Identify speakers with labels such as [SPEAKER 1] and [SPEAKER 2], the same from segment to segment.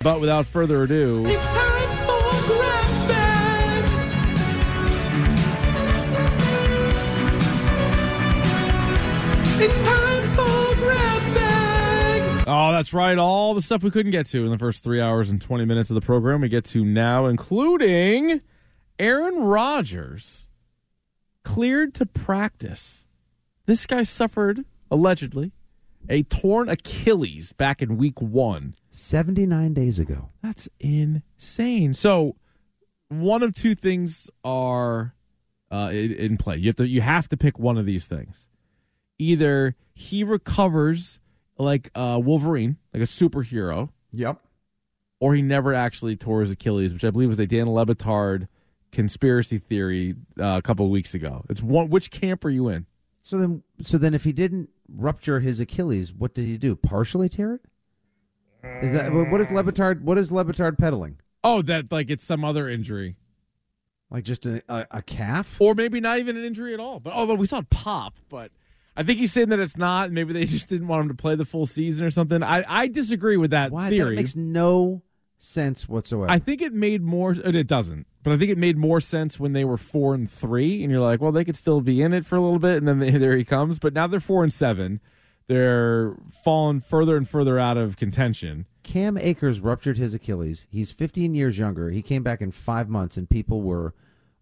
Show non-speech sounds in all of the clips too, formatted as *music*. [SPEAKER 1] But without further ado,
[SPEAKER 2] It's time for Grab Bag. It's time for Grab Bag.
[SPEAKER 1] oh, that's right, all the stuff we couldn't get to in the first three hours and 20 minutes of the program, we get to now, including Aaron Rodgers cleared to practice. This guy suffered, allegedly, a torn Achilles back in week one.
[SPEAKER 3] 79 days ago.
[SPEAKER 1] That's insane. So, one of two things are uh, in, in play. You have to you have to pick one of these things. Either he recovers like uh, Wolverine, like a superhero,
[SPEAKER 3] Yep.
[SPEAKER 1] or he never actually tore his Achilles, which I believe was a Dan Lebitard conspiracy theory uh, a couple of weeks ago. It's one. Which camp are you in?
[SPEAKER 3] So then so then if he didn't rupture his Achilles, what did he do? Partially tear it? Is that what
[SPEAKER 1] Uh,
[SPEAKER 3] is Levitard what is Levitard peddling?
[SPEAKER 1] Oh, that like it's some other injury,
[SPEAKER 3] Like just a, a, a calf?
[SPEAKER 1] or maybe not even an injury at all. But although we saw it pop, but I think he's saying that it's not. Maybe they *laughs* just didn't want him to play the full season or something. I I disagree with that
[SPEAKER 3] Why
[SPEAKER 1] theory.
[SPEAKER 3] that makes no sense whatsoever.
[SPEAKER 1] I think it made more. and It doesn't, but I think it made more sense when they were four and three, and you're like, well, they could still be in it for a little bit, and then they, *laughs* there he comes. But now they're four and seven. They're falling further and further out of contention.
[SPEAKER 3] Cam Akers ruptured his Achilles. He's 15 years younger. He came back in five months, and people were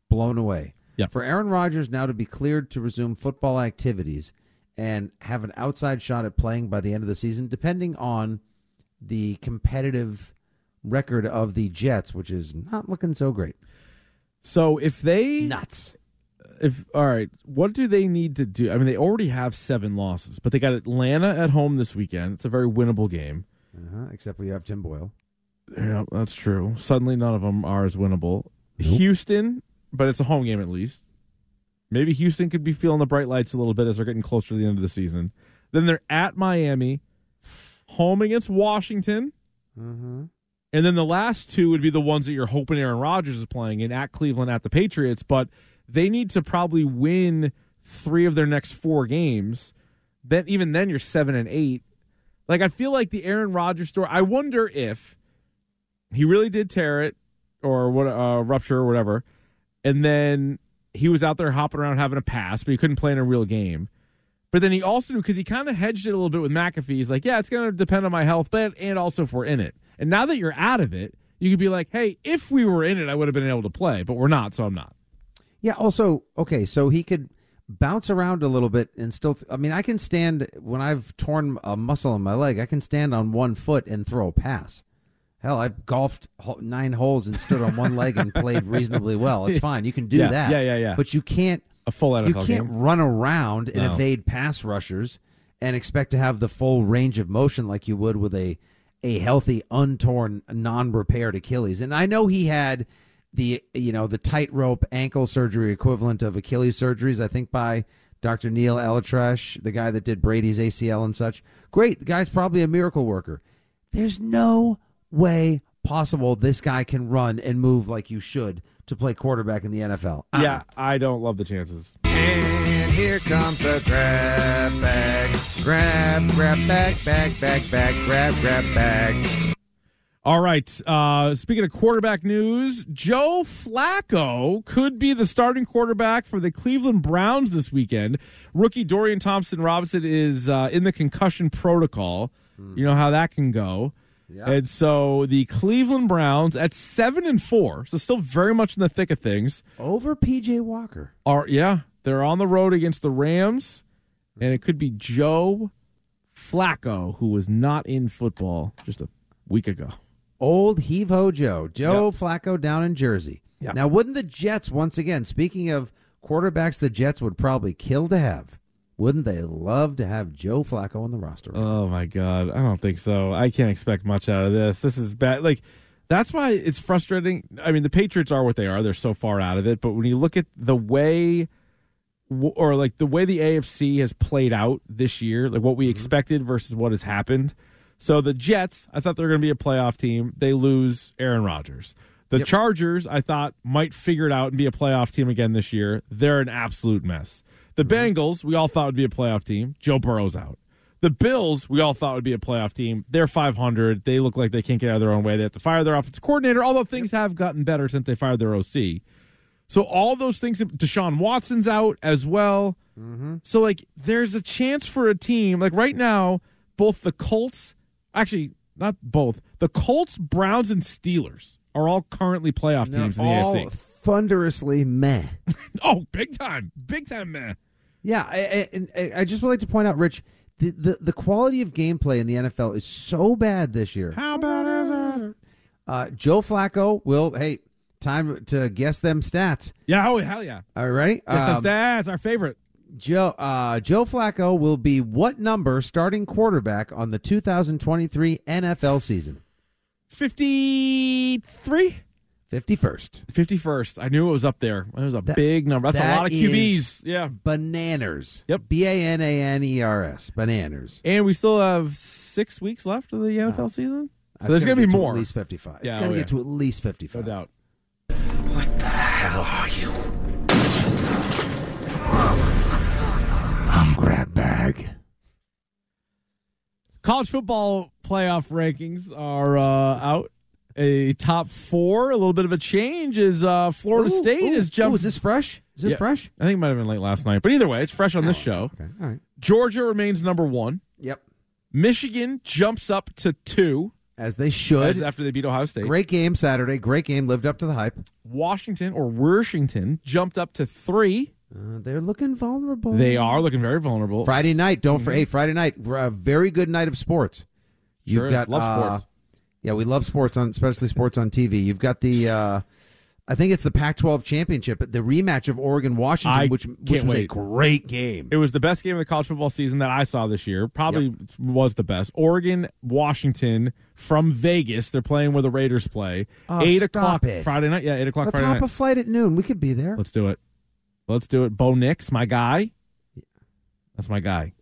[SPEAKER 3] blown away.
[SPEAKER 1] Yeah.
[SPEAKER 3] For Aaron Rodgers now to be cleared to resume football activities and have an outside shot at playing by the end of the season, depending on the competitive record of the Jets, which is not looking so great.
[SPEAKER 1] So if they
[SPEAKER 3] Nuts.
[SPEAKER 1] if all right, what do they need to do? I mean, they already have seven losses, but they got Atlanta at home this weekend. It's a very winnable game.
[SPEAKER 3] Uh-huh, except we have Tim Boyle.
[SPEAKER 1] Yeah, that's true. Suddenly, none of them are as winnable. Houston, but it's a home game at least. Maybe Houston could be feeling the bright lights a little bit as they're getting closer to the end of the season. Then they're at Miami, home against Washington,
[SPEAKER 3] Mm-hmm.
[SPEAKER 1] and then the last two would be the ones that you're hoping Aaron Rodgers is playing in at Cleveland, at the Patriots. But they need to probably win three of their next four games. Then even then, you're seven and eight. Like I feel like the Aaron Rodgers story. I wonder if he really did tear it or what uh, rupture or whatever, and then he was out there hopping around having a pass, but he couldn't play in a real game. But then he also knew because he kind of hedged it a little bit with McAfee. He's like, yeah, it's going to depend on my health, but and also if we're in it. And now that you're out of it, you could be like, hey, if we were in it, I would have been able to play, but we're not, so I'm not.
[SPEAKER 3] Yeah. Also, okay, so he could bounce around a little bit and still. I mean, I can stand when I've torn a muscle in my leg. I can stand on one foot and throw a pass. Hell, I golfed ho- nine holes and stood on one leg and played reasonably well. It's fine. You can
[SPEAKER 1] *laughs*
[SPEAKER 3] do
[SPEAKER 1] Yeah,
[SPEAKER 3] that.
[SPEAKER 1] yeah, yeah, yeah.
[SPEAKER 3] But you can't.
[SPEAKER 1] A full NFL
[SPEAKER 3] You can't
[SPEAKER 1] game.
[SPEAKER 3] run around and
[SPEAKER 1] No.
[SPEAKER 3] evade pass rushers and expect to have the full range of motion like you would with a a healthy, untorn, non-repaired Achilles. And I know he had the you know the tightrope ankle surgery equivalent of Achilles surgeries. I think by Dr. Neil Elatresh, the guy that did Brady's ACL and such. Great, the guy's probably a miracle worker. There's no way possible this guy can run and move like you should to play quarterback in the NFL. Uh-uh.
[SPEAKER 1] Yeah, I don't love the chances.
[SPEAKER 4] And here comes the grab bag. Grab, grab, bag, bag, bag, bag, grab, grab, bag.
[SPEAKER 1] All right. Uh, speaking of quarterback news, Joe Flacco could be the starting quarterback for the Cleveland Browns this weekend. Rookie Dorian Thompson Robinson is uh, in the concussion protocol. You know how that can go. And so the Cleveland Browns at seven and four, so still very much in the thick of things.
[SPEAKER 3] Over PJ Walker.
[SPEAKER 1] Are yeah, they're on the road against the Rams, and it could be Joe Flacco who was not in football just a week ago.
[SPEAKER 3] Old heave ho Joe, Joe Flacco down in Jersey.
[SPEAKER 1] Yeah.
[SPEAKER 3] Now, wouldn't the Jets, once again, speaking of quarterbacks, the Jets would probably kill to have, wouldn't they love to have Joe Flacco on the roster?
[SPEAKER 1] Oh my god, I don't think so. I can't expect much out of this. This is bad. Like that's why it's frustrating. I mean, the Patriots are what they are. They're so far out of it, but when you look at the way w- or like the way the AFC has played out this year, like what we expected versus what has happened. So the Jets, I thought they were going to be a playoff team. They lose Aaron Rodgers. The Chargers, I thought might figure it out and be a playoff team again this year. They're an absolute mess. The Bengals, we all thought would be a playoff team. Joe Burrow's out. The The Bills, we all thought would be a playoff team. They're 500. They look like they can't get out of their own way. They have to fire their offensive coordinator, although things have gotten better since they fired their OC. So all those things, Deshaun Watson's out as well. So like, there's a chance for a team like right now. Both the Colts, actually not both, the Colts, Browns, and Steelers are all currently playoff teams in the
[SPEAKER 3] all
[SPEAKER 1] AFC.
[SPEAKER 3] thunderously meh.
[SPEAKER 1] *laughs* Oh, big time, big time, man.
[SPEAKER 3] Yeah, I, I, and I I just would like to point out, Rich, the, the, the quality of gameplay in the NFL is so bad this year.
[SPEAKER 1] How about us?
[SPEAKER 3] Uh, Joe Flacco will, hey, time to guess them stats.
[SPEAKER 1] Yeah, oh hell yeah,
[SPEAKER 3] All right.
[SPEAKER 1] yes,
[SPEAKER 3] Um,
[SPEAKER 1] that's our favorite.
[SPEAKER 3] Joe, uh, Joe Flacco will be what number starting quarterback on the 2023 NFL season?
[SPEAKER 1] 53?
[SPEAKER 3] 51st.
[SPEAKER 1] 51st. I knew it was up there. It was a
[SPEAKER 3] That-
[SPEAKER 1] big number. That's a
[SPEAKER 3] that
[SPEAKER 1] lot of
[SPEAKER 3] is-
[SPEAKER 1] QBs. yeah.
[SPEAKER 3] Bananers.
[SPEAKER 1] Yep.
[SPEAKER 3] B A N A N E R S. Bananers.
[SPEAKER 1] And we still have six weeks left of the NFL season. So
[SPEAKER 3] That's
[SPEAKER 1] there's going to be
[SPEAKER 3] get
[SPEAKER 1] more.
[SPEAKER 3] at least 55.
[SPEAKER 1] Yeah,
[SPEAKER 3] it's going
[SPEAKER 1] oh,
[SPEAKER 3] to
[SPEAKER 1] yeah.
[SPEAKER 3] get to at least 55.
[SPEAKER 1] no doubt.
[SPEAKER 4] I'm grab bag.
[SPEAKER 1] College football playoff rankings are uh, out. A top four, a little bit of a change is uh, Florida
[SPEAKER 3] Ooh,
[SPEAKER 1] State
[SPEAKER 3] ooh,
[SPEAKER 1] is
[SPEAKER 3] ooh,
[SPEAKER 1] jumping.
[SPEAKER 3] is this fresh? Is this
[SPEAKER 1] Yeah.
[SPEAKER 3] fresh?
[SPEAKER 1] I think it might have been late last night, but either way, it's fresh on this show.
[SPEAKER 3] Oh, Okay. All right.
[SPEAKER 1] Georgia remains number one.
[SPEAKER 3] Yep.
[SPEAKER 1] Michigan jumps up to two
[SPEAKER 3] As they should.
[SPEAKER 1] as after they beat Ohio State.
[SPEAKER 3] Great game Saturday. Great game. Lived up to the hype.
[SPEAKER 1] Washington or Washington jumped up to three.
[SPEAKER 3] Uh, they're looking vulnerable.
[SPEAKER 1] They are looking very vulnerable.
[SPEAKER 3] Friday night.
[SPEAKER 1] Mm-hmm.
[SPEAKER 3] Don't for hey Friday night. A very good night of sports. You've
[SPEAKER 1] Sure is.
[SPEAKER 3] got
[SPEAKER 1] Love
[SPEAKER 3] uh,
[SPEAKER 1] sports.
[SPEAKER 3] Yeah, we love sports on, especially sports on TV. You've got the, uh, I think it's the Pac-12 championship, the rematch of Oregon Washington,
[SPEAKER 1] I
[SPEAKER 3] which which
[SPEAKER 1] can't
[SPEAKER 3] was a
[SPEAKER 1] wait.
[SPEAKER 3] great game.
[SPEAKER 1] It was the best game of the college football season that I saw this year. Probably was the best. Oregon, Washington from Vegas. They're playing where the Raiders play.
[SPEAKER 3] Oh,
[SPEAKER 1] eight o'clock
[SPEAKER 3] stop it.
[SPEAKER 1] Friday night. Yeah, eight o'clock
[SPEAKER 3] Let's
[SPEAKER 1] Friday
[SPEAKER 3] hop
[SPEAKER 1] night.
[SPEAKER 3] a flight at noon. We could be there.
[SPEAKER 1] Let's do it. Let's do it. Bo Nix, my guy. That's my guy.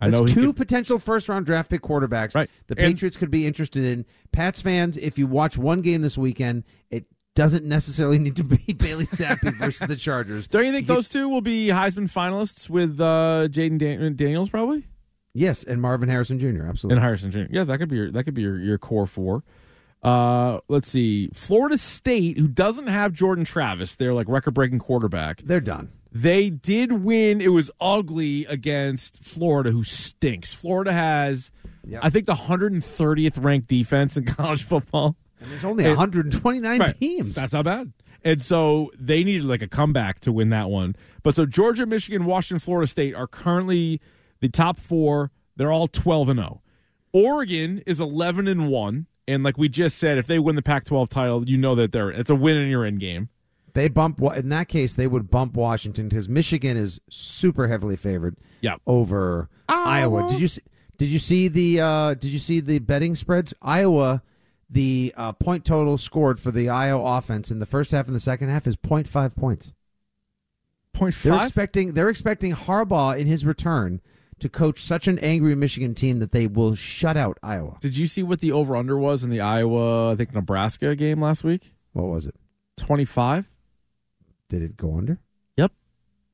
[SPEAKER 1] I
[SPEAKER 3] That's
[SPEAKER 1] know he
[SPEAKER 3] two
[SPEAKER 1] could-
[SPEAKER 3] potential first-round draft pick quarterbacks.
[SPEAKER 1] Right.
[SPEAKER 3] The
[SPEAKER 1] And-
[SPEAKER 3] Patriots could be interested in Pats fans. If you watch one game this weekend, it doesn't necessarily *laughs* need to be Bailey Zappi versus the Chargers.
[SPEAKER 1] *laughs* Don't you think those two will be Heisman finalists with uh, Jaden Dan- Daniels probably?
[SPEAKER 3] Yes, and Marvin Harrison Jr. Absolutely.
[SPEAKER 1] and Harrison Jr. Yeah, that could be your that could be your, your core four. Uh, let's see, Florida State, who doesn't have Jordan Travis, their like record breaking quarterback.
[SPEAKER 3] They're done.
[SPEAKER 1] They did win. It was ugly against Florida, who stinks. Florida has,
[SPEAKER 3] Yep.
[SPEAKER 1] I think, the 130th ranked defense in *laughs* college football.
[SPEAKER 3] And there's only 129
[SPEAKER 1] Right.
[SPEAKER 3] teams.
[SPEAKER 1] That's not bad. And so they needed like a comeback to win that one. But so Georgia, Michigan, Washington, Florida State are currently the top four. They're all 12 and 0. Oregon is 11 and 1. And like we just said, if they win the Pac 12 title, you know that they're, it's a win in your end game.
[SPEAKER 3] They bump Wa- in that case. They would bump Washington because Michigan is super heavily favored.
[SPEAKER 1] Yep.
[SPEAKER 3] over Iowa. Did you see, did you see the uh, did you see the betting spreads? Iowa, the uh, point total scored for the Iowa offense in the first half and the second half is 0.5 points.
[SPEAKER 1] Point
[SPEAKER 3] They're
[SPEAKER 1] five.
[SPEAKER 3] expecting they're expecting Harbaugh in his return to coach such an angry Michigan team that they will shut out Iowa.
[SPEAKER 1] Did you see what the over under was in the Iowa, I think, Nebraska game last week?
[SPEAKER 3] What was it?
[SPEAKER 1] 25?
[SPEAKER 3] Did it go under?
[SPEAKER 1] Yep.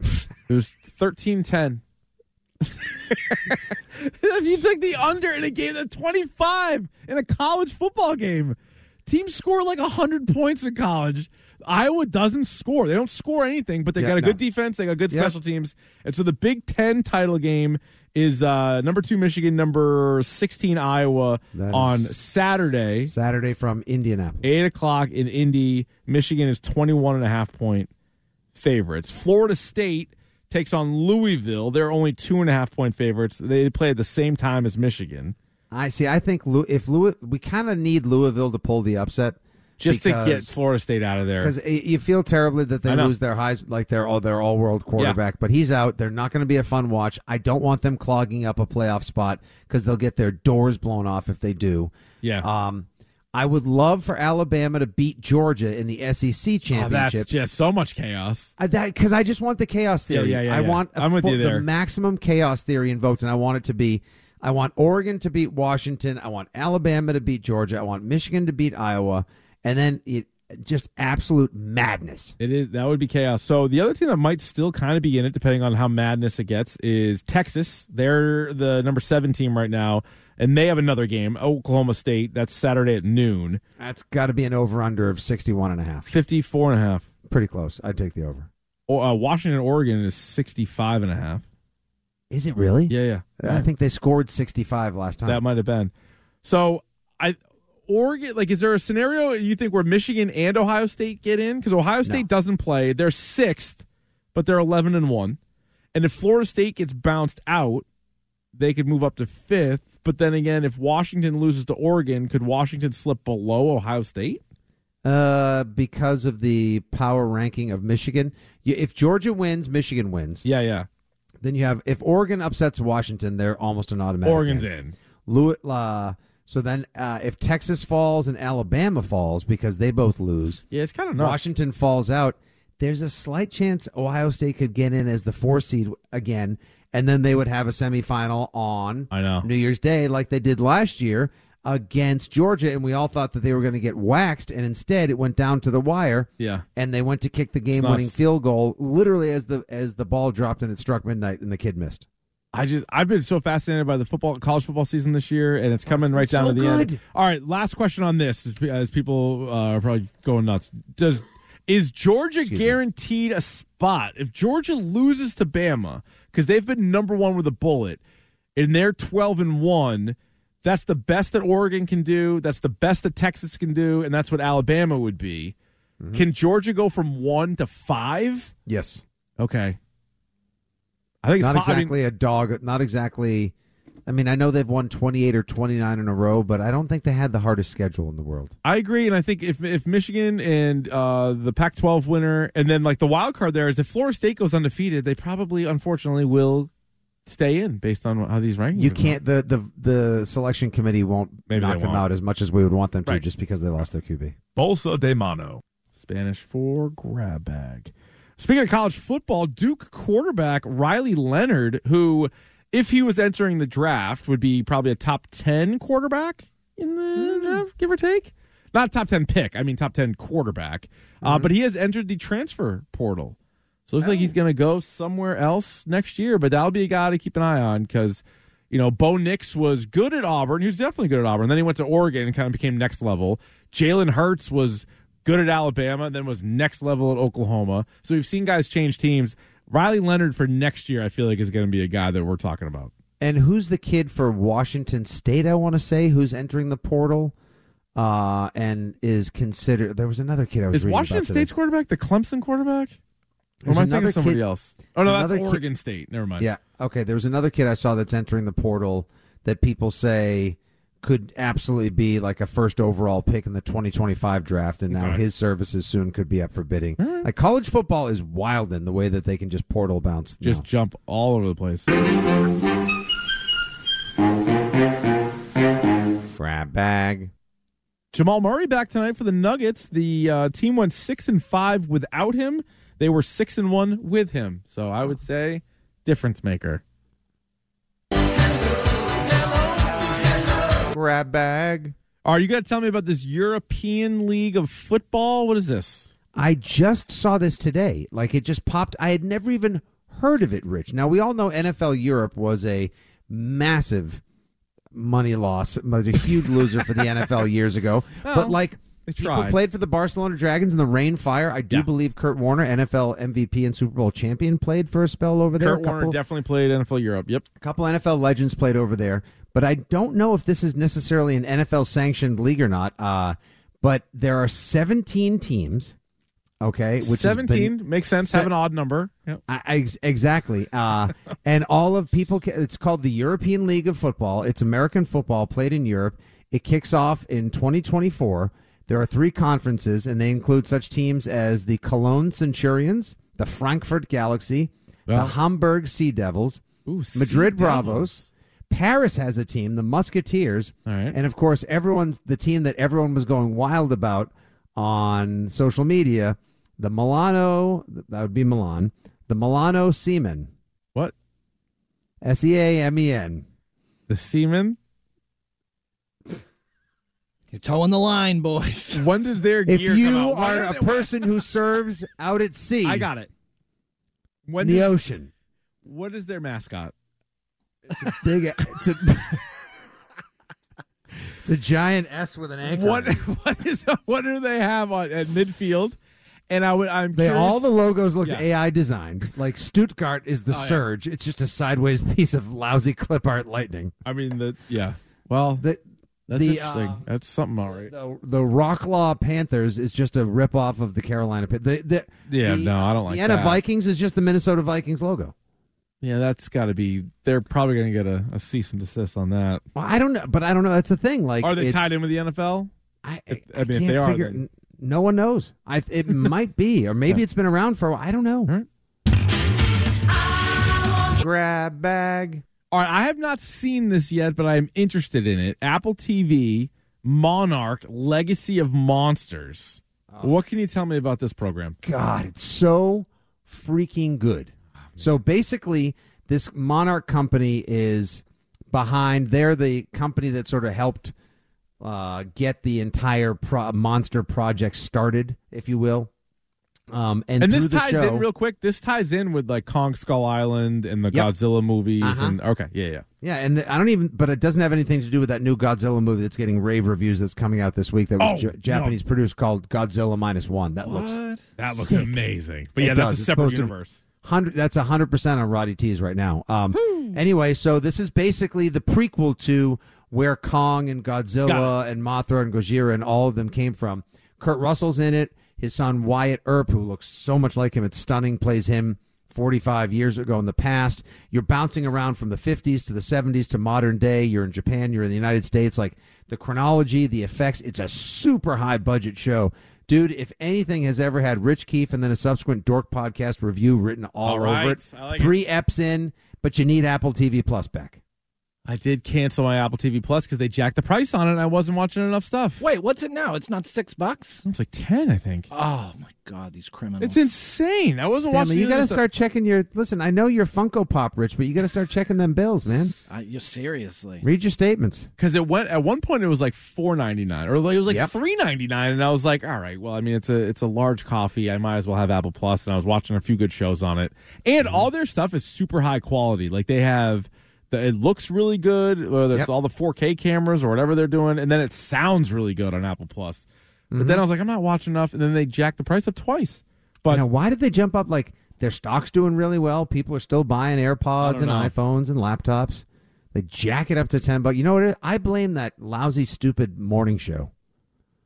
[SPEAKER 1] it was thirteen ten. *laughs* if you took the under in a game that's 25 in a college football game, teams score like 100 points in college. Iowa doesn't score. They don't score anything, but they
[SPEAKER 3] Yeah,
[SPEAKER 1] got a
[SPEAKER 3] no.
[SPEAKER 1] good defense. They got good
[SPEAKER 3] Yeah.
[SPEAKER 1] special teams. And so the Big Ten title game is uh, number two Michigan, number 16 Iowa
[SPEAKER 3] That is
[SPEAKER 1] on Saturday.
[SPEAKER 3] Saturday from Indianapolis.
[SPEAKER 1] Eight o'clock in Indy. Michigan is 21 and a half point favorites. Florida State takes on Louisville. They're only two and a half point favorites. They play at the same time as Michigan.
[SPEAKER 3] I see. I think Lou, if Louis, we kind of need Louisville to pull the upset,
[SPEAKER 1] Just to get
[SPEAKER 3] Because-
[SPEAKER 1] Florida State out of there.
[SPEAKER 3] because you feel terribly that
[SPEAKER 1] I
[SPEAKER 3] they
[SPEAKER 1] know.
[SPEAKER 3] lose their highs, like their all their all world quarterback. But he's out. They're not going to be a fun watch. I don't want them clogging up a playoff spot because they'll get their doors blown off if they do.
[SPEAKER 1] Yeah.
[SPEAKER 3] Um, I would love for Alabama to beat Georgia in the
[SPEAKER 1] Oh,
[SPEAKER 3] SEC
[SPEAKER 1] that's
[SPEAKER 3] championship.
[SPEAKER 1] just so much chaos.
[SPEAKER 3] I, that because I just want the chaos theory.
[SPEAKER 1] yeah, yeah,
[SPEAKER 3] I
[SPEAKER 1] yeah.
[SPEAKER 3] want a
[SPEAKER 1] I'm with you
[SPEAKER 3] the
[SPEAKER 1] there.
[SPEAKER 3] maximum chaos theory invoked, and I want it to be. I want Oregon to beat Washington. I want Alabama to beat Georgia. I want Michigan to beat Iowa, and then it, just absolute madness.
[SPEAKER 1] It is that would be chaos. So the other team that might still kind of be in it, depending on how madness it gets, is Texas. They're the number seven team right now, and they have another game, Oklahoma State. That's Saturday at noon.
[SPEAKER 3] That's got to be an over under of 61 and a half.
[SPEAKER 1] 54 and a half.
[SPEAKER 3] Pretty close. I'd take the over.
[SPEAKER 1] Or, uh, Washington, Oregon is 65 and a half.
[SPEAKER 3] Is it really?
[SPEAKER 1] Yeah, yeah.
[SPEAKER 3] I think they scored 65 last time.
[SPEAKER 1] That might have been. So I Oregon like is there a scenario you think where Michigan and Ohio State get in? Because Ohio State doesn't play. They're sixth, but they're eleven and one. And if Florida State gets bounced out, they could move up to fifth. But then again, if Washington loses to Oregon, could Washington slip below Ohio State?
[SPEAKER 3] Uh, because of the power ranking of Michigan. Y- If Georgia wins, Michigan wins.
[SPEAKER 1] Yeah, yeah.
[SPEAKER 3] Then you have if Oregon upsets Washington, they're almost an automatic.
[SPEAKER 1] Oregon's in.
[SPEAKER 3] Lew- uh, so then, uh, if Texas falls and Alabama falls because they both lose,
[SPEAKER 1] Yeah, it's kind of nuts.
[SPEAKER 3] Washington falls out. There's a slight chance Ohio State could get in as the four seed again, and then they would have a semifinal on
[SPEAKER 1] I know.
[SPEAKER 3] New Year's Day, like they did last year against Georgia, and we all thought that they were going to get waxed, and instead it went down to the wire.
[SPEAKER 1] Yeah.
[SPEAKER 3] and they went to kick the game-winning
[SPEAKER 1] nuts.
[SPEAKER 3] field goal literally as the as the ball dropped and it struck midnight, and the kid missed.
[SPEAKER 1] I just I've been so fascinated by the football college football season this year, and it's coming right down
[SPEAKER 3] Oh, so
[SPEAKER 1] to the
[SPEAKER 3] good.
[SPEAKER 1] end. All right, last question on this is- as people uh, are probably going nuts. Does is Georgia guaranteed a spot if Georgia loses to Bama because they've been number one with a bullet, and they're twelve and one? That's the best that Oregon can do. That's the best that Texas can do, and that's what Alabama would be.
[SPEAKER 3] Mm-hmm.
[SPEAKER 1] Can Georgia go from one to five?
[SPEAKER 3] Yes,
[SPEAKER 1] Okay, I think it's
[SPEAKER 3] not
[SPEAKER 1] po- I mean-
[SPEAKER 3] exactly a dog. Not exactly. I mean, I know they've won 28 or 29 in a row, but I don't think they had the hardest schedule in the world.
[SPEAKER 1] I agree, and I think if if Michigan and uh, the Pac-12 winner, and then like the wild card there is if Florida State goes undefeated, they probably unfortunately will stay in based on how these rankings.
[SPEAKER 3] You
[SPEAKER 1] are
[SPEAKER 3] can't. The the the selection committee won't
[SPEAKER 1] Maybe they
[SPEAKER 3] knock them
[SPEAKER 1] won't.
[SPEAKER 3] out as much as we would want them to,
[SPEAKER 5] Right.
[SPEAKER 3] just because they lost their QB.
[SPEAKER 5] Bolsa de Mano.
[SPEAKER 1] Spanish for grab bag. Speaking of college football, Duke quarterback Riley Leonard, who, if he was entering the draft, would be probably a top 10 quarterback in the
[SPEAKER 5] Mm.
[SPEAKER 1] draft, give or take. Not top 10 pick, I mean top 10 quarterback. Uh,
[SPEAKER 5] Mm-hmm.
[SPEAKER 1] but he has entered the transfer portal. So it looks like he's going to go somewhere else next year, but that'll be a guy to keep an eye on because. You know, Bo Nix was good at Auburn. He was definitely good at Auburn. Then he went to Oregon and kind of became next level. Jalen Hurts was good at Alabama, then was next level at Oklahoma. So we've seen guys change teams. Riley Leonard for next year, I feel like, is going to be a guy that we're talking about.
[SPEAKER 3] And who's the kid for Washington State? I want to say who's entering the portal, uh, and is considered. There was another kid I was
[SPEAKER 1] Is
[SPEAKER 3] reading about
[SPEAKER 1] Washington
[SPEAKER 3] today.
[SPEAKER 1] State's quarterback the Clemson quarterback? Or
[SPEAKER 3] There's
[SPEAKER 1] am I thinking
[SPEAKER 3] another
[SPEAKER 1] of somebody
[SPEAKER 3] kid-
[SPEAKER 1] else? Oh, no, that's
[SPEAKER 3] another kid-
[SPEAKER 1] Oregon State. Never mind.
[SPEAKER 3] Yeah. Okay. There was another kid I saw that's entering the portal that people say could absolutely be like a first overall pick in the 2025 draft, and now
[SPEAKER 1] Okay. Hmm.
[SPEAKER 3] his services soon could be up for bidding. Like college football is wild in the way that they can just portal bounce. now.
[SPEAKER 1] Just jump all over the place.
[SPEAKER 3] grab bag.
[SPEAKER 1] Jamal Murray back tonight for the Nuggets. The uh, team went six and five without him. They were six and one with him. So I would say difference maker.
[SPEAKER 4] Grab bag.
[SPEAKER 1] Are you going to tell me about this European League of Football? What is this?
[SPEAKER 3] I just saw this today. Like it just popped. I had never even heard of it, Rich. Now we all know NFL Europe was a massive money loss, was a huge loser for the NFL years
[SPEAKER 1] *laughs*
[SPEAKER 3] ago. but like
[SPEAKER 1] they
[SPEAKER 3] people
[SPEAKER 1] tried.
[SPEAKER 3] played for the Barcelona Dragons in the rain fire. I do
[SPEAKER 1] Yeah.
[SPEAKER 3] believe Kurt Warner, NFL MVP and Super Bowl champion, played for a spell over there.
[SPEAKER 1] Kurt
[SPEAKER 3] a couple,
[SPEAKER 1] Warner definitely played NFL Europe. Yep.
[SPEAKER 3] couple NFL legends played over there, but I don't know if this is necessarily an NFL sanctioned league or not. Uh, but there are 17 teams, okay, which has been-
[SPEAKER 1] 17 makes sense.
[SPEAKER 3] Se-
[SPEAKER 1] have an odd number. Yep.
[SPEAKER 3] I, I- ex- exactly. Uh,
[SPEAKER 1] *laughs*
[SPEAKER 3] and all of people, ca- it's called the European League of Football. It's American football played in Europe. It kicks off in 2024. There are three conferences, and they include such teams as the Cologne Centurions, the Frankfurt Galaxy, the
[SPEAKER 1] Wow.
[SPEAKER 3] Hamburg Sea Devils,
[SPEAKER 1] Ah. Ooh,
[SPEAKER 3] Madrid
[SPEAKER 1] Sea
[SPEAKER 3] Bravos. Paris has a team, the Musketeers,
[SPEAKER 1] All right.
[SPEAKER 3] and of course, everyone's the team that everyone was going wild about on social media. The Milano, that would be Milan, the Milano Seamen,
[SPEAKER 1] What?
[SPEAKER 3] S E A M E N.
[SPEAKER 1] The Seaman?
[SPEAKER 5] You're towing the line, boys.
[SPEAKER 1] When does their
[SPEAKER 3] If
[SPEAKER 1] gear come
[SPEAKER 3] you
[SPEAKER 1] out? When
[SPEAKER 3] are
[SPEAKER 1] are
[SPEAKER 3] a
[SPEAKER 1] they-
[SPEAKER 3] person who serves out at sea
[SPEAKER 1] I got it. When
[SPEAKER 3] in the
[SPEAKER 1] does-
[SPEAKER 3] ocean,
[SPEAKER 1] what is their mascot?
[SPEAKER 3] it's a big. It's a. *laughs* It's a giant S with an anchor.
[SPEAKER 1] What *laughs*
[SPEAKER 3] on it.
[SPEAKER 1] what is what do they have on, at midfield? And I would I'm
[SPEAKER 3] They,
[SPEAKER 1] curious-
[SPEAKER 3] all the logos look
[SPEAKER 1] Yeah.
[SPEAKER 3] AI designed. Like Stuttgart is the
[SPEAKER 1] Oh, yeah.
[SPEAKER 3] surge. It's just a sideways *laughs* piece of lousy clip art lightning.
[SPEAKER 1] I mean the yeah. Well,
[SPEAKER 3] The
[SPEAKER 1] that's
[SPEAKER 3] the,
[SPEAKER 1] interesting.
[SPEAKER 3] uh,
[SPEAKER 1] that's something all right.
[SPEAKER 3] the, the Rocklaw Panthers is just a ripoff of the Carolina. Pan- The, the,
[SPEAKER 1] Yeah,
[SPEAKER 3] the,
[SPEAKER 1] no, I don't like
[SPEAKER 3] Vienna
[SPEAKER 1] that.
[SPEAKER 3] Vikings is just the Minnesota Vikings logo.
[SPEAKER 1] Yeah, that's got to be. They're probably going to get a, a cease and desist on that.
[SPEAKER 3] Well, I don't know, but I don't know. That's the thing. Like,
[SPEAKER 1] Are they
[SPEAKER 3] it's-
[SPEAKER 1] tied in with the NFL?
[SPEAKER 3] I,
[SPEAKER 1] If- I
[SPEAKER 3] I,
[SPEAKER 1] mean, if
[SPEAKER 3] can't
[SPEAKER 1] they are,
[SPEAKER 3] figure.
[SPEAKER 1] then-
[SPEAKER 3] n- No one knows. I,
[SPEAKER 1] *laughs*
[SPEAKER 3] it might be, or maybe
[SPEAKER 1] Yeah.
[SPEAKER 3] it's been around for a while. I don't know.
[SPEAKER 1] All right.
[SPEAKER 3] Grab bag.
[SPEAKER 1] All right, I have not seen this yet, but I am interested in it. Apple TV Monarch Legacy of Monsters.
[SPEAKER 3] Oh.
[SPEAKER 1] What can you tell me about this program?
[SPEAKER 3] God, it's so freaking good. so basically, this Monarch company is behind. They're the company that sort of helped uh, get the entire pro- monster project started, if you will. Um, and
[SPEAKER 1] And
[SPEAKER 3] through
[SPEAKER 1] this
[SPEAKER 3] the
[SPEAKER 1] ties
[SPEAKER 3] show,
[SPEAKER 1] in real quick. This ties in with like Kong Skull Island and the
[SPEAKER 3] Yep.
[SPEAKER 1] Godzilla movies.
[SPEAKER 3] Uh-huh.
[SPEAKER 1] And okay, yeah, yeah.
[SPEAKER 3] yeah, and I don't even, but it doesn't have anything to do with that new Godzilla movie that's getting rave reviews that's coming out this week. That was
[SPEAKER 1] Oh,
[SPEAKER 3] Ja- Japanese produced called Godzilla minus one. That looks
[SPEAKER 1] That looks
[SPEAKER 3] Sick.
[SPEAKER 1] amazing. But
[SPEAKER 3] It
[SPEAKER 1] yeah, that's
[SPEAKER 3] does.
[SPEAKER 1] a
[SPEAKER 3] It's
[SPEAKER 1] separate
[SPEAKER 3] supposed to-
[SPEAKER 1] universe.
[SPEAKER 3] Hundred. That's hundred percent on Roddy T's right now. Um. Anyway, so this is basically the prequel to where Kong and Godzilla and Mothra and Gojira and all of them came from. Kurt Russell's in it. His son Wyatt Earp, who looks so much like him, it's stunning. Plays him. 45 years ago in the past. You're bouncing around from the 50s to the 70s to modern day. You're in Japan, you're in the United States. Like the chronology, the effects, it's a super high budget show. Dude, if anything has ever had Rich Keefe and then a subsequent Dork podcast review written all,
[SPEAKER 1] All right.
[SPEAKER 3] over it,
[SPEAKER 1] I like it.
[SPEAKER 3] three eps in, but you need Apple TV Plus back.
[SPEAKER 1] I did cancel my Apple TV Plus because they jacked the price on it and I wasn't watching enough stuff.
[SPEAKER 5] Wait, what's it now? It's not six bucks.
[SPEAKER 1] It's like 10, I think.
[SPEAKER 5] Oh my god, these criminals!
[SPEAKER 1] It's insane. I wasn't
[SPEAKER 3] Stanley,
[SPEAKER 1] watching
[SPEAKER 3] you
[SPEAKER 1] any
[SPEAKER 3] got to
[SPEAKER 1] of this-
[SPEAKER 3] start checking your. Listen, I know you're Funko Pop rich, but you got to start checking them bills, man.
[SPEAKER 5] I, you seriously.
[SPEAKER 3] Read your statements.
[SPEAKER 1] because it went at one point it was like four ninety nine or like, it was like
[SPEAKER 3] Yep.
[SPEAKER 1] three ninety nine, and I was like, all right, well, I mean, it's a it's a large coffee. I might as well have Apple Plus, and I was watching a few good shows on it, and all their stuff is super high quality. Like they have. The, it looks really good, whether it's
[SPEAKER 3] Yep.
[SPEAKER 1] all the 4K cameras or whatever they're doing, and then it sounds really good on Apple Plus. But then I was like, I'm not watching enough, and then they jacked the price up twice. But
[SPEAKER 3] now, why did they jump up? Like their stocks doing really well. People are still buying AirPods
[SPEAKER 1] don't
[SPEAKER 3] and
[SPEAKER 1] know.
[SPEAKER 3] iPhones and laptops. They jack it up to ten bucks. You know what? It is? I blame that lousy, stupid morning show.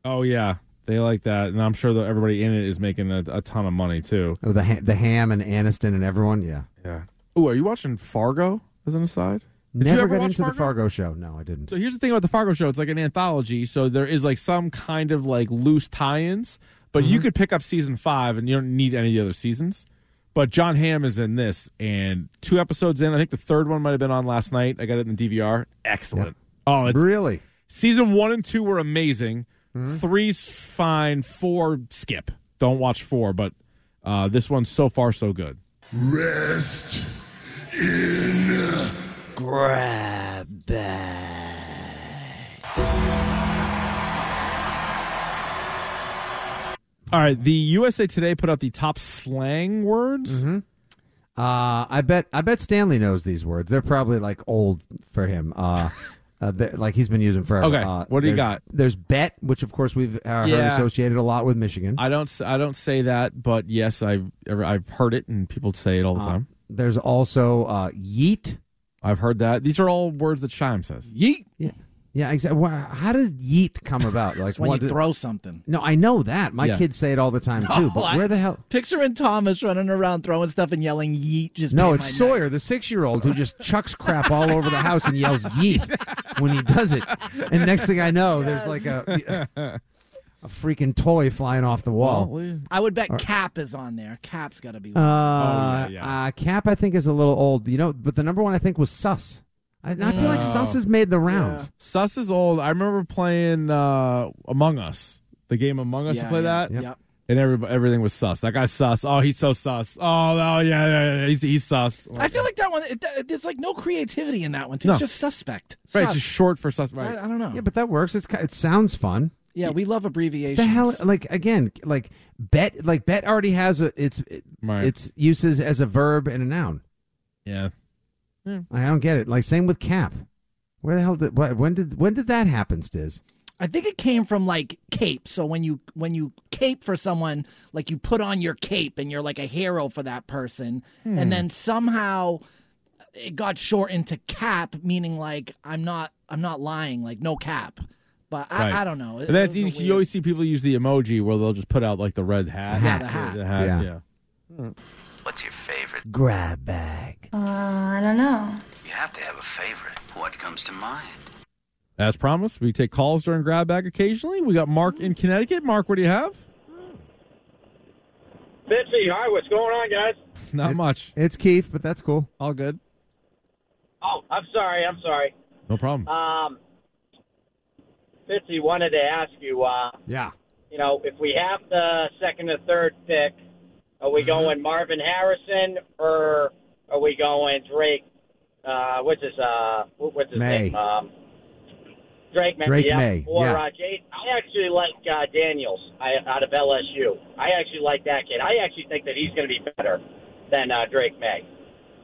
[SPEAKER 1] oh yeah, they like that, and I'm sure that everybody in it is making a, a ton of money too.
[SPEAKER 3] Oh, the ha- the ham and Aniston and everyone. Yeah,
[SPEAKER 1] Yeah. Oh, are you watching Fargo? As an aside, Did you
[SPEAKER 3] never
[SPEAKER 1] ever
[SPEAKER 3] got
[SPEAKER 1] watch
[SPEAKER 3] into the
[SPEAKER 1] Fargo?
[SPEAKER 3] Fargo show. No, I didn't.
[SPEAKER 1] So here's the thing about the Fargo show. It's like an anthology, so there is like some kind of like loose tie-ins, but you could pick up season 5 and you don't need any of the other seasons. But John Hamm is in this and two episodes in, I think the third one might have been on last night. I got it in the DVR. Excellent. Oh, it's
[SPEAKER 3] really?
[SPEAKER 1] season 1 and 2 were amazing. Three's fine, 4 skip. Don't watch 4, but uh, this one's so far so good.
[SPEAKER 6] Rest in
[SPEAKER 5] Grab that.
[SPEAKER 1] All right, the USA Today put out the top slang words.
[SPEAKER 3] Uh, I bet I bet Stanley knows these words. They're probably like old for him. Uh, *laughs* uh, they're- like he's been using forever.
[SPEAKER 1] Okay,
[SPEAKER 3] Uh,
[SPEAKER 1] what do you
[SPEAKER 3] there's-
[SPEAKER 1] got?
[SPEAKER 3] There's bet, which of course we've uh, heard
[SPEAKER 1] Yeah.
[SPEAKER 3] associated a lot with Michigan.
[SPEAKER 1] I don't. s- I don't say that, but yes, I've I've heard it, and people say it all the time.
[SPEAKER 3] there's also uh, yeet.
[SPEAKER 1] I've heard that. These are all words that Shime says.
[SPEAKER 5] Yeet.
[SPEAKER 3] Yeah, yeah, exactly. How does yeet
[SPEAKER 5] *laughs*
[SPEAKER 3] come about? Like
[SPEAKER 5] It's when
[SPEAKER 3] what
[SPEAKER 5] you
[SPEAKER 3] do-
[SPEAKER 5] throw something.
[SPEAKER 3] No, I know that. My
[SPEAKER 1] Yeah.
[SPEAKER 3] kids say it all the time
[SPEAKER 5] *laughs*
[SPEAKER 3] too.
[SPEAKER 5] Oh,
[SPEAKER 3] But
[SPEAKER 5] I-
[SPEAKER 3] where the hell?
[SPEAKER 5] Picturing Thomas running around throwing stuff and yelling "yeet!" Just
[SPEAKER 3] No,
[SPEAKER 5] pay
[SPEAKER 3] it's
[SPEAKER 5] my neck.
[SPEAKER 3] Sawyer, the six-year-old, who just chucks crap all over the house
[SPEAKER 5] *laughs*
[SPEAKER 3] and yells "yeet" when he does it. And next thing I know, there's like a
[SPEAKER 5] *laughs*
[SPEAKER 3] a freaking toy flying off the wall.
[SPEAKER 5] I would bet Cap is on there. Cap's got to be.
[SPEAKER 3] Uh,
[SPEAKER 5] one.
[SPEAKER 1] yeah,
[SPEAKER 5] oh,
[SPEAKER 1] yeah.
[SPEAKER 3] uh, Cap, I think is a little old. You know, but the number one I think was Sus. I, I feel like
[SPEAKER 5] Oh.
[SPEAKER 3] Sus has made the rounds.
[SPEAKER 1] Sus is old. I remember playing uh, Among Us, the game Among Us.
[SPEAKER 5] yeah,
[SPEAKER 1] you play
[SPEAKER 5] yeah,
[SPEAKER 1] that.
[SPEAKER 5] Yep.
[SPEAKER 1] and every, everything was sus. That guy's sus. Oh, he's so sus. Oh, oh yeah, yeah, yeah, he's he's sus.
[SPEAKER 5] I feel like that one. It, that- there's like no creativity in that one too.
[SPEAKER 1] No.
[SPEAKER 5] It's just suspect.
[SPEAKER 1] right, it's
[SPEAKER 5] Sus.
[SPEAKER 1] just short for sus. Right.
[SPEAKER 5] I, I don't know.
[SPEAKER 3] Yeah,
[SPEAKER 5] Yeah,
[SPEAKER 3] but that works. It's ki- it sounds fun.
[SPEAKER 5] we love abbreviations.
[SPEAKER 3] The hell,
[SPEAKER 1] um,
[SPEAKER 3] like again, like bet, like bet already has a, its
[SPEAKER 1] Right.
[SPEAKER 3] its uses as a verb and a noun.
[SPEAKER 1] yeah.
[SPEAKER 3] I don't get it. Like same with cap. Where the hell did wh- when did when did that happen, Stiz?
[SPEAKER 5] I think it came from like cape. So when you when you cape for someone, like you put on your cape and you're like a hero for that person,
[SPEAKER 1] Hmm.
[SPEAKER 5] and then somehow it got shortened to cap, meaning like I'm not I'm not lying, like no cap. But I,
[SPEAKER 1] Right.
[SPEAKER 5] I don't know. It-
[SPEAKER 1] And that's
[SPEAKER 5] it was a
[SPEAKER 1] you,
[SPEAKER 5] weird-
[SPEAKER 1] you always see people use the emoji where they'll just put out like the red hat.
[SPEAKER 5] Yeah, the hat.
[SPEAKER 3] Yeah.
[SPEAKER 1] yeah.
[SPEAKER 7] What's your favorite?
[SPEAKER 3] Grab bag.
[SPEAKER 8] Uh, I don't know.
[SPEAKER 7] You have to have a favorite. What comes to mind?
[SPEAKER 1] As promised, we take calls during grab bag occasionally. We got Mark in Connecticut. Mark, what do you have? *laughs*
[SPEAKER 9] Bitsy, hi, what's going on, guys?
[SPEAKER 1] Not much.
[SPEAKER 3] It's Keith, but that's cool.
[SPEAKER 1] All good.
[SPEAKER 9] Oh, I'm sorry, I'm sorry.
[SPEAKER 1] No problem.
[SPEAKER 3] Uh,
[SPEAKER 9] Um, Bitsy wanted to ask you, uh,
[SPEAKER 3] Yeah.
[SPEAKER 9] you know, if we have the second or third pick, are
[SPEAKER 3] Mm-hmm.
[SPEAKER 9] we going Marvin Harrison or are we going Drake? Uh, what's his uh, what- what's his
[SPEAKER 3] May.
[SPEAKER 9] name? Um, Drake May.
[SPEAKER 3] Drake
[SPEAKER 9] yeah.
[SPEAKER 3] May,
[SPEAKER 9] Or
[SPEAKER 3] yeah.
[SPEAKER 9] uh, Jade, I actually like uh, Daniels I, out of LSU. I actually like that kid. I actually think that he's going to be better than uh, Drake May.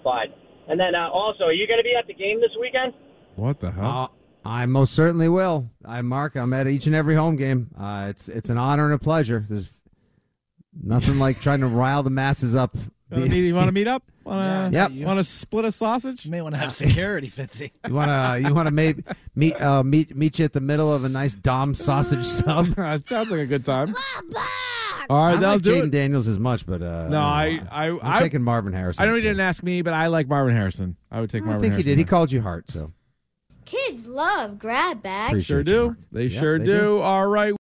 [SPEAKER 9] But and then uh, also, are you going to be at the game this weekend?
[SPEAKER 1] what the hell?
[SPEAKER 3] Uh, I most certainly will. I Mark. I'm at each and every home game. Uh, it's it's an honor and a pleasure. There's nothing like trying to rile the masses up.
[SPEAKER 1] you
[SPEAKER 3] you
[SPEAKER 1] want to meet
[SPEAKER 5] *laughs*
[SPEAKER 1] up? Wanna,
[SPEAKER 3] Yep.
[SPEAKER 1] Want to split a sausage?
[SPEAKER 5] You may want to
[SPEAKER 1] *laughs*
[SPEAKER 5] have security, Fitzy.
[SPEAKER 3] want to *laughs* you want to maybe meet uh, meet meet you at the middle of a nice Dom *laughs* sausage sub.
[SPEAKER 1] *laughs* That sounds like a good time. All right,
[SPEAKER 3] I
[SPEAKER 1] that'll
[SPEAKER 3] like
[SPEAKER 1] do
[SPEAKER 3] Jaden
[SPEAKER 1] it.
[SPEAKER 3] Daniels as much, but
[SPEAKER 1] No,
[SPEAKER 3] uh, don't know.
[SPEAKER 1] I- I-
[SPEAKER 3] I'm
[SPEAKER 1] I-
[SPEAKER 3] taking Marvin Harrison.
[SPEAKER 1] I know he
[SPEAKER 3] too.
[SPEAKER 1] didn't ask me, but I like Marvin Harrison. I would take
[SPEAKER 3] I
[SPEAKER 1] Marvin
[SPEAKER 3] think he
[SPEAKER 1] Harrison.
[SPEAKER 3] did. He called you Hart, so
[SPEAKER 8] Kids love grab bags.
[SPEAKER 3] appreciate
[SPEAKER 1] Sure
[SPEAKER 3] you,
[SPEAKER 1] do.
[SPEAKER 3] Mark.
[SPEAKER 1] They
[SPEAKER 3] Yeah,
[SPEAKER 1] sure
[SPEAKER 3] they
[SPEAKER 1] do. All right.